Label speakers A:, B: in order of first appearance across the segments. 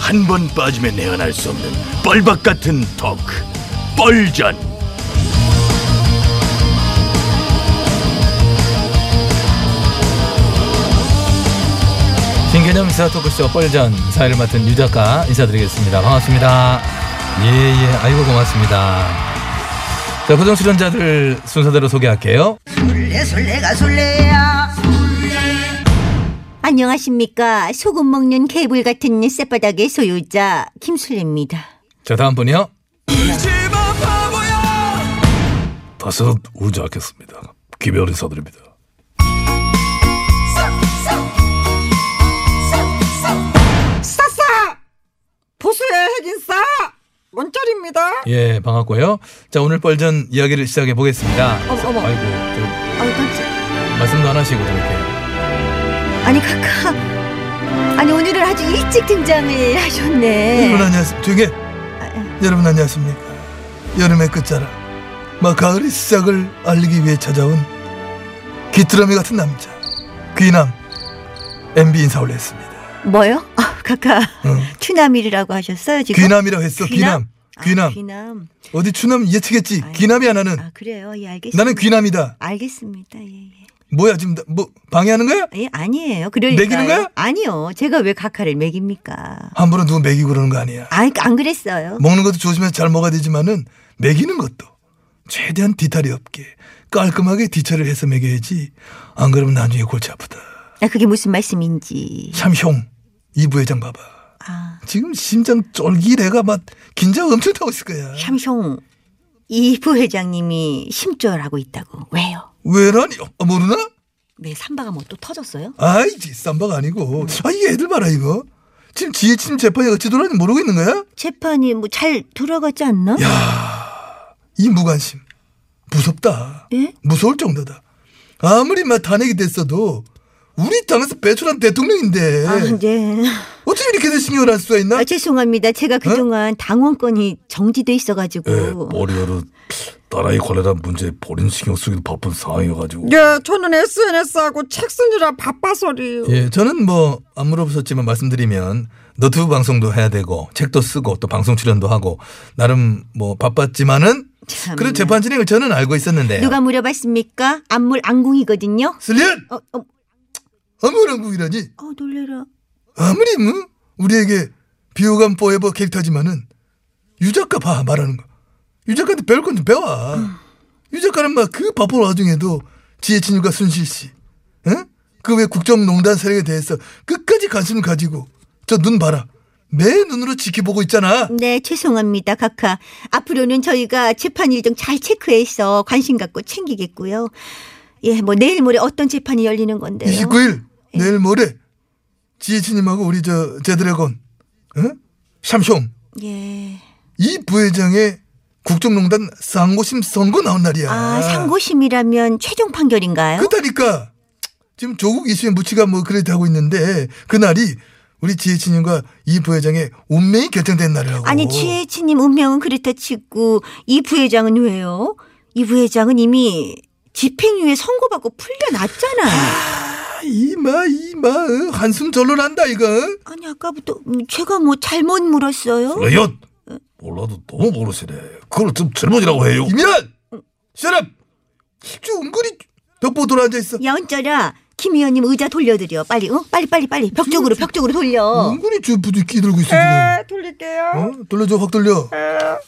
A: 한 번 빠지면 내안할 수 없는 뻘박 같은 토크 뻘전
B: 신개념 시사 토크쇼 뻘전 사회를 맡은 유 작가 인사드리겠습니다. 반갑습니다. 예예, 아이고 고맙습니다. 자, 고정 출연자들 순서대로 소개할게요.
C: 술래 술래가 술래야 안녕하십니까 소금 먹는 개불 같은 쌔바닥의 소유자 김술래입니다
B: 자, 다음 분이요. 다시 울지 않겠습니다. 기별 인사드립니다.
D: 싸싸! 보수의 핵인싸! 문철입니다.
B: 예, 반갑고요. 자, 오늘 뻘전 이야기를 시작해 보겠습니다.
C: 어머, 어머.
B: 아이고,
C: 아
B: 저
C: 깜짝
B: 말씀도 안 하시고 저렇게.
C: 아니 카카 아니 오늘은 아주 일찍 등장을
E: 여러분
C: 하셨네 아, 예.
E: 안녕하십니까 조용히 해. 여러분 안녕하십니까 여름의 끝자락 막 가을의 시작을 알리기 위해 찾아온 귀뚜라미 같은 남자 귀남 MB 인사 올렸습니다
C: 뭐요? 아 카카
E: 응.
C: 추남일이라고 하셨어요 지금?
E: 어. 귀남이라고 했어 귀남
C: 아,
E: 귀남
C: 귀남
E: 어디 추남 예측했지
C: 아유.
E: 귀남이 하나는
C: 아 그래요 예 알겠습니다
E: 나는 귀남이다
C: 알겠습니다 예예
E: 뭐야 지금 나- 뭐 방해하는 거야?
C: 예, 아니에요 그러니까
E: 먹이는 거야?
C: 아니요 제가 왜 카카를 먹입니까
E: 함부로 누구 먹이고 그러는 거 아니야
C: 아니 안 그랬어요
E: 먹는 것도 조심해서 잘 먹어야 되지만은 먹이는 것도 최대한 뒤탈이 없게 깔끔하게 뒤처리를 해서 먹여야지 안 그러면 나중에 골치 아프다
C: 아, 그게 무슨 말씀인지.
E: 참형 이 부회장 봐봐
C: 아,
E: 지금 심장 쫄깃해가 막 긴장 엄청 타고 있을 거야
C: 샴숑 이 부회장님이 심절하고 있다고. 왜요?
E: 왜라니 어, 모르나?
C: 왜 삼바가 뭐 또 터졌어요?
E: 아이 쌈바가 아니고 아 이게 애들 봐라 이거 지금 지혜침 재판이 어찌 돌아는지 모르고 있는 거야?
C: 재판이 뭐 잘 돌아가지 않나?
E: 이 무관심 무섭다
C: 예?
E: 무서울 정도다 아무리 막 탄핵이 됐어도 우리 당에서 배출한 대통령인데
C: 아, 네.
E: 어떻게 이렇게 내 신경을 할 수가 있나?
C: 아, 죄송합니다.
E: 어?
C: 제가 그동안 당원권이 정지돼 있어가지고.
E: 네, 예, 뭐.
B: 머리로 나라의 관련한 문제에 본인 신경 쓰기도 바쁜 상황이어가지고.
D: 예, 저는 SNS하고 책 쓰느라 바빠서리.
E: 예, 저는 뭐 안 물어보셨지만 말씀드리면 너튜브 방송도 해야 되고 책도 쓰고 또 방송 출연도 하고 나름 뭐 바빴지만은
C: 참나.
E: 그런 재판 진행을 저는 알고 있었는데
C: 누가 물어봤습니까? 안물 안궁이거든요.
E: 슬리언
C: 어, 어,
E: 어머랑국이라니
C: 어, 놀래라.
E: 아무리 뭐 우리에게 비호감 포에버 캐릭터지만은 유작가 봐 말하는 거 유작가한테 배울 건 좀 배워 유작가는 막 그 바쁜 와중에도 지혜진유가 순실 씨, 그 왜 국정농단 세력에 대해서 끝까지 관심을 가지고 저 눈 봐라 매 눈으로 지켜보고 있잖아.
C: 네, 죄송합니다, 카카. 앞으로는 저희가 재판 일정 잘 체크해서 관심 갖고 챙기겠고요. 예, 뭐 내일 모레 어떤 재판이 열리는 건데요.
E: 29일
C: 예.
E: 내일 모레 지혜진님하고 우리 저 제드래곤, 응? 샴숑
C: 예.
E: 이 부회장의 국정농단 상고심 선고 나온 날이야.
C: 아, 상고심이라면 최종 판결인가요?
E: 그렇다니까 지금 조국 이슈에 무치가 뭐 그래도 하고 있는데 그날이 우리 지혜진님과 이 부회장의 운명이 결정된 날이라고.
C: 아니, 지혜진님 운명은 그렇다 치고 이 부회장은 왜요? 이 부회장은 이미 집행유예 선고받고 풀려났잖아.
E: 아, 이마 이마 어, 한숨 절로 난다 이거.
C: 아니, 아까부터 음, 제가 뭐 잘못
E: 네.
C: 물었어요?
F: 레이엇 몰라도 너무 모르시네. 그걸 좀 젊은이라고 해요.
E: 김연, 셔럽. 쭉 은근히 벽보 돌아앉아 있어.
C: 야, 언짜라 김 의원님 의자 돌려드려. 빨리, 어? 빨리, 빨리,
E: 음.
C: 빨리. 벽 쪽으로, 벽 쪽으로 돌려.
E: 은근히 저 부디 끼들고 있어 지금.
D: 에 돌릴게요.
E: 어? 돌려줘 확 돌려.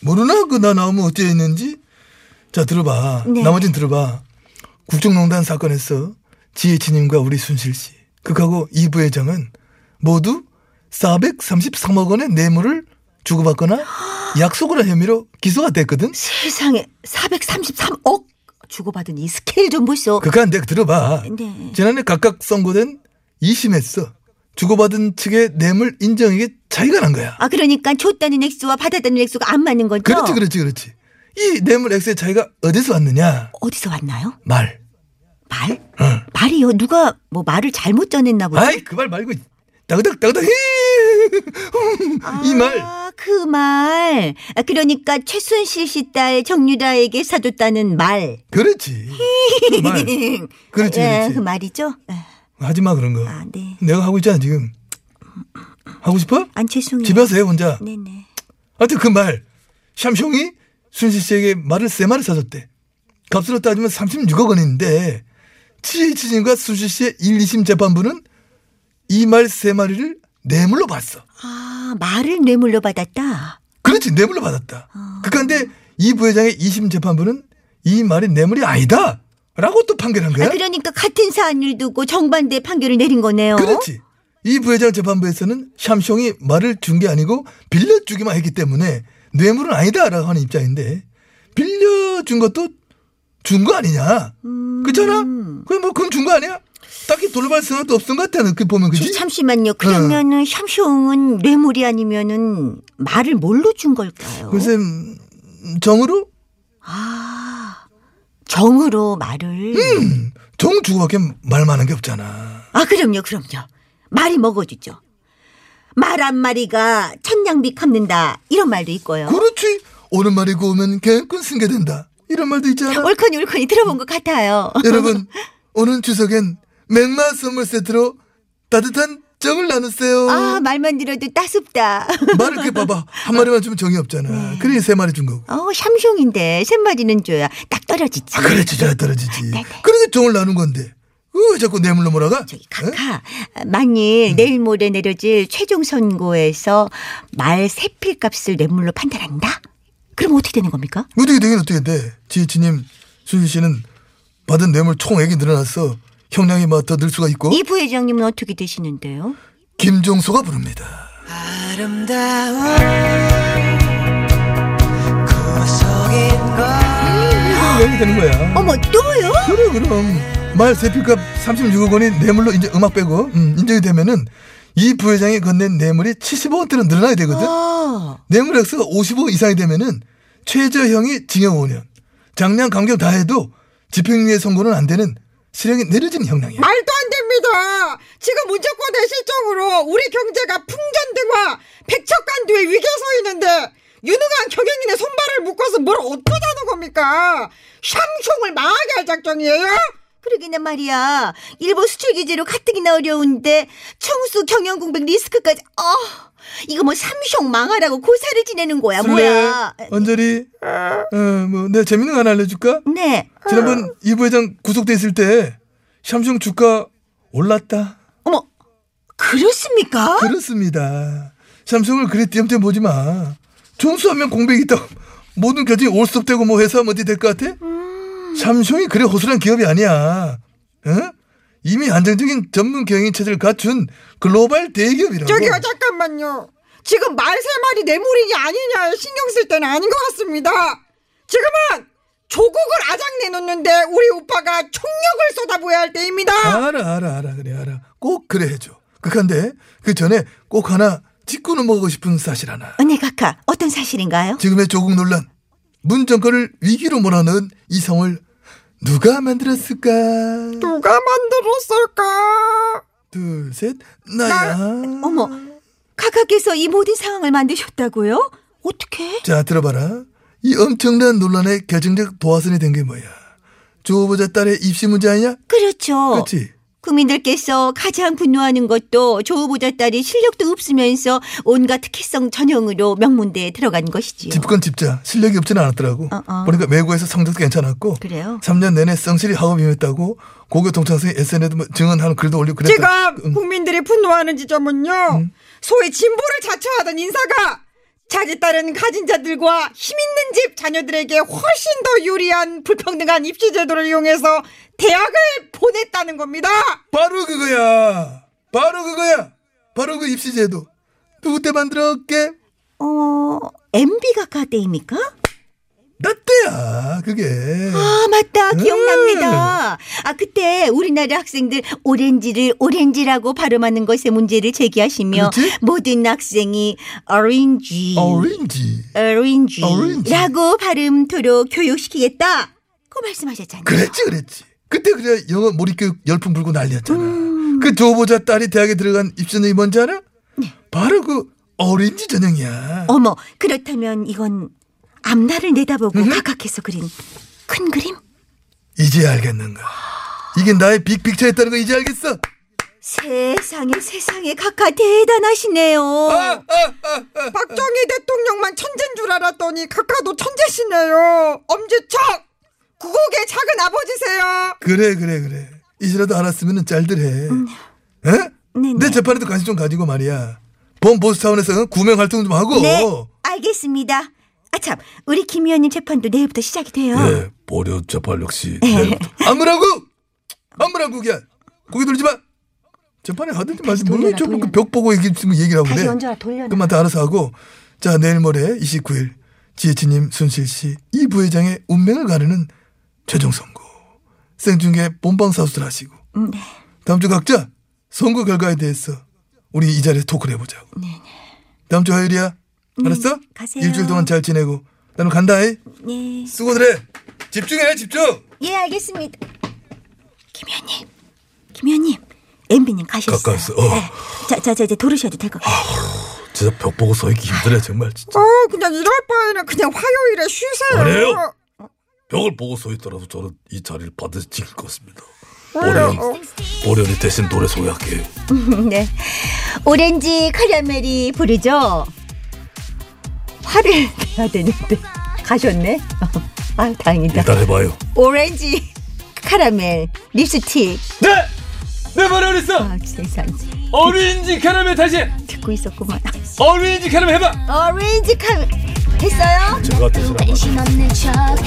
E: 모르나 그 나 나오면 어째 했는지. 자 들어봐.
C: 네.
E: 나머진 들어봐. 국정농단 사건에서 지혜진님과 우리 순실 씨, 극하고 이 부회장은 모두 433억 원의 뇌물을 주고받거나 약속을 한 혐의로 기소가 됐거든.
C: 세상에 433억 주고받은 이 스케일 좀 보소.
E: 극한 내 들어봐.
C: 네.
E: 지난해 각각 선고된 2심에서 주고받은 측의 뇌물 인정에게 차이가 난 거야.
C: 아 그러니까 줬다는 액수와 받았다는 액수가 안 맞는 거죠?
E: 그렇지, 그렇지, 그렇지. 이 뇌물 X의 차이가 어디서 왔느냐?
C: 어디서 왔나요?
E: 말.
C: 말? 말이요. 누가 뭐 말을 잘못 전했나 보죠.
E: 아이, 그 말 말고, 따그닥, 따그닥, 이 말.
C: 아, 그 말. 아, 그러니까 최순실 씨 딸 정유라에게 사줬다는 말.
E: 그렇지. 그 말. 그렇지,
C: 예,
E: 그렇지.
C: 그 말이죠. 예.
E: 하지 마, 그런 거.
C: 아, 네.
E: 내가 하고 있잖아, 지금. 하고 싶어?
C: 안 죄송해요.
E: 집에서 해, 혼자.
C: 네네.
E: 하여튼 그 말. 샴숑이 순실 씨에게 말을 세 마리 사줬대. 값으로 따지면 36억 원인데 치치진과 순실 씨의 1, 2심 재판부는 이 말 세 마리를 뇌물로 봤어.
C: 아, 말을 뇌물로 받았다. 아,
E: 그렇지 뇌물로 받았다. 그런데 이 부회장의 2심 재판부는 이 말이 뇌물이 아니다. 라고 또 판결한
C: 아,
E: 거야.
C: 그러니까 같은 사안을 두고 정반대 판결을 내린 거네요.
E: 그렇지. 이 부회장 재판부에서는 샴숑이 말을 준 게 아니고 빌려주기만 했기 때문에 뇌물은 아니다라고 하는 입장인데 빌려준 것도 준 거 아니냐.
C: 음.
E: 그렇잖아. 그럼 뭐 그건 준 거 아니야? 딱히 돌발 생각도 없은 것 같아. 그 보면
C: 저,
E: 그지? 어.
C: 잠시만요. 예, 그러면은 샴숑은 뇌물이 아니면은 말을 뭘로 준 걸까요?
E: 글쎄 음, 정으로
C: 정으로 말을.
E: 음, 정 주고밖에 말만한 게 없잖아.
C: 아, 그럼요, 그럼요. 말이 먹어주죠. 말 한 마리가 천냥비 갚는다. 이런 말도 있고요.
E: 어? 그렇지. 오는 말이 고우면 개꾼 승계된다. 이런 말도 있잖아.
C: 올컨이 올컨이 들어본 것 같아요.
E: 여러분 오는 추석엔 맥마 선물 세트로 따뜻한 정을 나누세요.
C: 아, 말만 들어도 따숩다.
E: 말을 이렇게 봐봐 한 마리만 주면 정이 없잖아. 그러니 세 마리 준 거고.
C: 어, 샴숑인데 셋 마리는 줘야 딱 떨어지지.
E: 아, 그렇지 잘 떨어지지. 그러니까 정을 나눈 건데. 왜 자꾸 뇌물로 몰아가? 네?
C: 저기
E: 에?
C: 카카 만일
E: 음.
C: 내일 모레 내려질 최종 선고에서 말 세필 값을 뇌물로 판단한다. 그럼 어떻게 되는 겁니까?
E: 어떻게 되긴 어떻게 돼? 지혜치님, 수진 씨는 받은 뇌물 총액이 늘어났어. 형량이 막 더 늘 수가 있고.
C: 이 부회장님은 어떻게 되시는데요?
E: 김종서가 부릅니다. 음, 이렇게 되는 거야.
C: 어머 또요?
E: 그래 그럼 말 세필값 36억 원이 뇌물로 인제 음악 빼고 음, 인정이 되면은 이 부회장이 건넨 뇌물이 70억원대로 늘어나야 되거든.
C: 어.
E: 뇌물 액수가 50억 이상이 되면은 최저형이 징역 5년, 장량 감경 다 해도 집행유예 선고는 안 되는 실형이 내려지는 형량이야.
D: 말도 안 됩니다. 지금 문제권 대실적으로 우리 경제가 풍전등화, 백척간두의 위기에 서 있는데 유능한 경영인의 손발을 묶어서 뭘 어쩌자는 겁니까? 샴숑을 망하게 할 작정이에요?
C: 그러기는 말이야. 일본 수출 규제로 가뜩이나 어려운데 청수 경영 공백 리스크까지. 어. 이거 뭐 삼숑 망하라고 고사를 지내는 거야 아, 뭐야?
E: 언저리, 어, 뭐, 내가 재밌는 거 하나 알려줄까?
C: 네.
E: 지난번 이 부회장 구속돼 있을 때 샴숑 주가 올랐다.
C: 어머 그렇습니까?
E: 그렇습니다. 삼성을 그리 띄엄띄엄 보지 마. 종수하면 공백이 있다. 모든 결정이 올스톱되고 뭐 회사하면 어디 될 것 같아? 삼성이 그리 호술한 기업이 아니야. 응? 이미 안정적인 전문 경영 체제를 갖춘 글로벌 대기업이라고.
D: 저기요 잠깐만요. 지금 말 세 마리 네 뇌물이냐 아니냐 신경 쓸 때는 아닌 것 같습니다. 지금은 조국을 아작 내놓는데 우리 오빠가 총력을 쏟아부어야 할 때입니다.
E: 알아 알아 알아 그래 알아. 꼭 그래 해줘. 극한데 그 전에 꼭 하나 짚고 넘어가고 싶은 사실 하나.
C: 언니 네, 각하 어떤 사실인가요?
E: 지금의 조국 논란. 문 정권을 위기로 몰아넣은 이성을 누가 만들었을까?
D: 누가 만들었을까?
E: 둘, 셋, 나야.
C: 어머, 각하께서 이 모든 상황을 만드셨다고요? 어떻게?
E: 자, 들어봐라. 이 엄청난 논란의 결정적 도화선이 된 게 뭐야? 조 후보자 딸의 입시 문제 아니냐?
C: 그렇죠.
E: 그렇지.
C: 국민들께서 가장 분노하는 것도 조후보자 딸이 실력도 없으면서 온갖 특혜성 전형으로 명문대에 들어간 것이지요.
E: 집권 집자 실력이 없지는 않았더라고.
C: 어, 어.
E: 보니까 외고에서 성적도 괜찮았고
C: 그래요?
E: 3년 내내 성실히 학업 임했다고 고교 동창생이 SNS에 뭐 증언하는 글도 올리고
D: 지금
E: 그랬다. 응.
D: 국민들이 분노하는 지점은요. 소위 진보를 자처하던 인사가 자기 딸은 가진 자들과 힘 있는 집 자녀들에게 훨씬 더 유리한 불평등한 입시 제도를 이용해서 대학을 보냈다는 겁니다.
E: 바로 그거야. 바로 그거야. 바로 그 입시제도. 누구 때 만들었게?
C: 어, MB가 과대입니까?
E: 네. 나 때야 그게.
C: 아, 맞다.
E: 음.
C: 기억납니다. 아, 그때 우리나라 학생들 오렌지를 오렌지라고 발음하는 것의 문제를 제기하시며
E: 그렇지?
C: 모든 학생이 오렌지.
E: 오렌지. Orange.
C: 오렌지라고 발음토록 교육시키겠다. 그 말씀하셨잖아요.
E: 그랬지 그랬지. 그때 그래 영어 몰입교육 열풍 불고 난리였잖아.
D: 음.
E: 그 조보자 딸이 대학에 들어간 입시전형이 뭔지 알아?
D: 네.
E: 바로 그 오렌지 전형이야.
C: 어머, 그렇다면 이건 앞날을 내다보고
E: 음.
C: 각각해서 그린 큰 그림?
E: 이제 알겠는가? 이게 나의 빅픽처였다는 거 이제 알겠어?
C: 세상에 세상에 각하 대단하시네요.
E: 어?
D: 박정희 대통령만 천재인 줄 알았더니 각하도 천재시네요. 엄지척 구국의 작은 아버지세요.
E: 그래 그래 그래. 이제라도 알았으면 잘들 해. 에?
C: 음. 네네.
E: 내 재판에도 관심 좀 가지고 말이야. 범 보수 차원에서 어? 구명 활동 좀 하고.
C: 네,
E: 예,
C: 알겠습니다. 아참, 우리 김 의원님 재판도 내일부터 시작이 돼요.
E: 예, 보려 재판 역시
C: 예.
E: 네. 내일부터. 아무라고 아무라고야. 고개 돌지 마. 재판에 가든지 말든지 물론
C: 돌려라,
E: 조금
C: 돌려라.
E: 그벽 보고 얘기 지금 얘기를 하고
C: 다시
E: 그래.
C: 얹어라 돌려놔.
E: 네. 그만 다 알아서 하고. 자 내일 모레 29일 지혜진님 순실 씨 이 부회장의 운명을 가르는 최종 선고. 생중계 본방 사수들 하시고.
C: 네.
E: 다음 주 각자 선거 결과에 대해서 우리 이 자리에서 토크를 해보자고. 다음 주 화요일이야. 알았어?
C: 네, 가세요.
E: 일주일 동안 잘 지내고. 나는 간다. 이
C: 예,
E: 수고들 해. 집중해 집중.
C: 예 알겠습니다. 김 의원님, 김 의원님, 엠비님 가셨어요.
E: 가까웠어, 어.
C: 네. 자, 자, 자 이제 돌으셔도 될 것 같아요.
E: 진짜 벽 보고 서 있기 힘들어 정말 진짜.
D: 어 그냥 이럴 바에는 그냥 화요일에 쉬세요.
A: 그래요? 벽을 보고 서 있더라도 저는 이 자리를 반드시 지킬 것 같습니다. 보련,
D: 어,
A: 보련이 대신 노래 소개할게요.
C: 네, 오렌지 카라멜이 부르죠. 화를 내야 되는데 가셨네. 아, 다행이다.
E: 네.
A: 일단 해봐요.
C: 오렌지 카라멜 립스틱.
B: 네! 내 말을 했어!
C: 아, 세상에
B: 오렌지 카라멜 다시! 해!
C: 듣고 있었구만.
B: 오렌지 카라멜 해봐!
C: 오렌지 카라멜 했어요?
A: 제가 대신 한번
G: 관심 없는 척